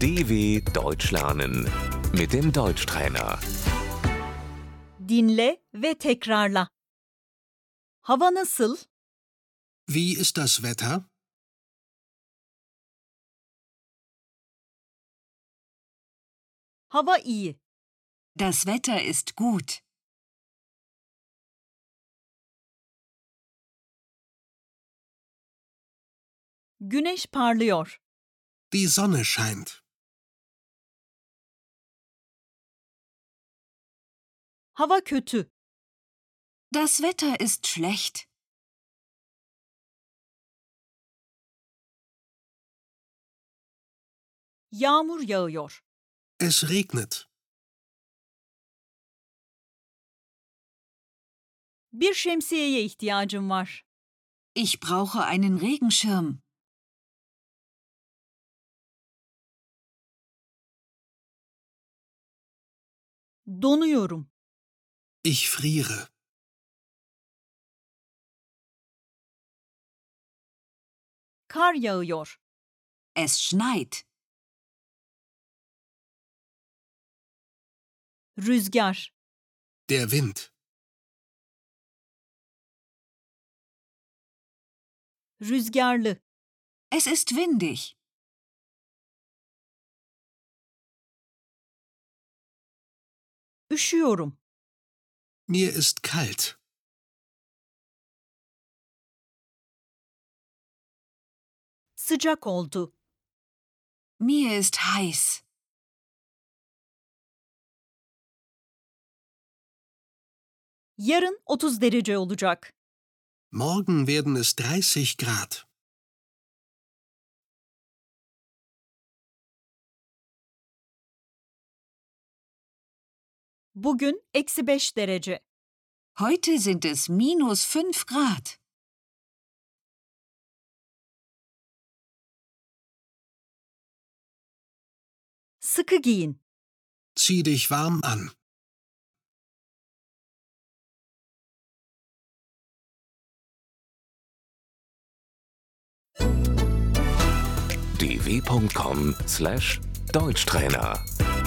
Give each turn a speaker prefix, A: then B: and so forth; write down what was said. A: DW Deutsch lernen mit dem Deutschtrainer.
B: Dinle ve tekrarla. Hava nasıl?
C: Wie ist das Wetter?
B: Hava iyi.
D: Das Wetter ist gut.
B: Güneş parlıyor.
C: Die Sonne scheint.
B: Hava kötü.
D: Das Wetter ist schlecht.
B: Yağmur yağıyor.
C: Es regnet.
B: Bir şemsiyeye ihtiyacım var.
D: Ich brauche einen Regenschirm.
B: Donuyorum.
C: Ich friere.
B: Kar yağıyor.
D: Es schneit.
B: Rüzgar.
C: Der Wind.
B: Rüzgarlı.
D: Es ist windig.
B: Üşüyorum.
C: Mir ist kalt.
B: Sıcak oldu.
D: Mir ist heiß.
B: Yarın 30 derece olacak.
C: Morgen werden es 30 Grad.
B: Bugün eksi 5 derece.
D: Heute sind es minus 5 Grad.
B: Sıkı giyin.
C: Zieh dich warm an.
A: dw.com/deutschtrainer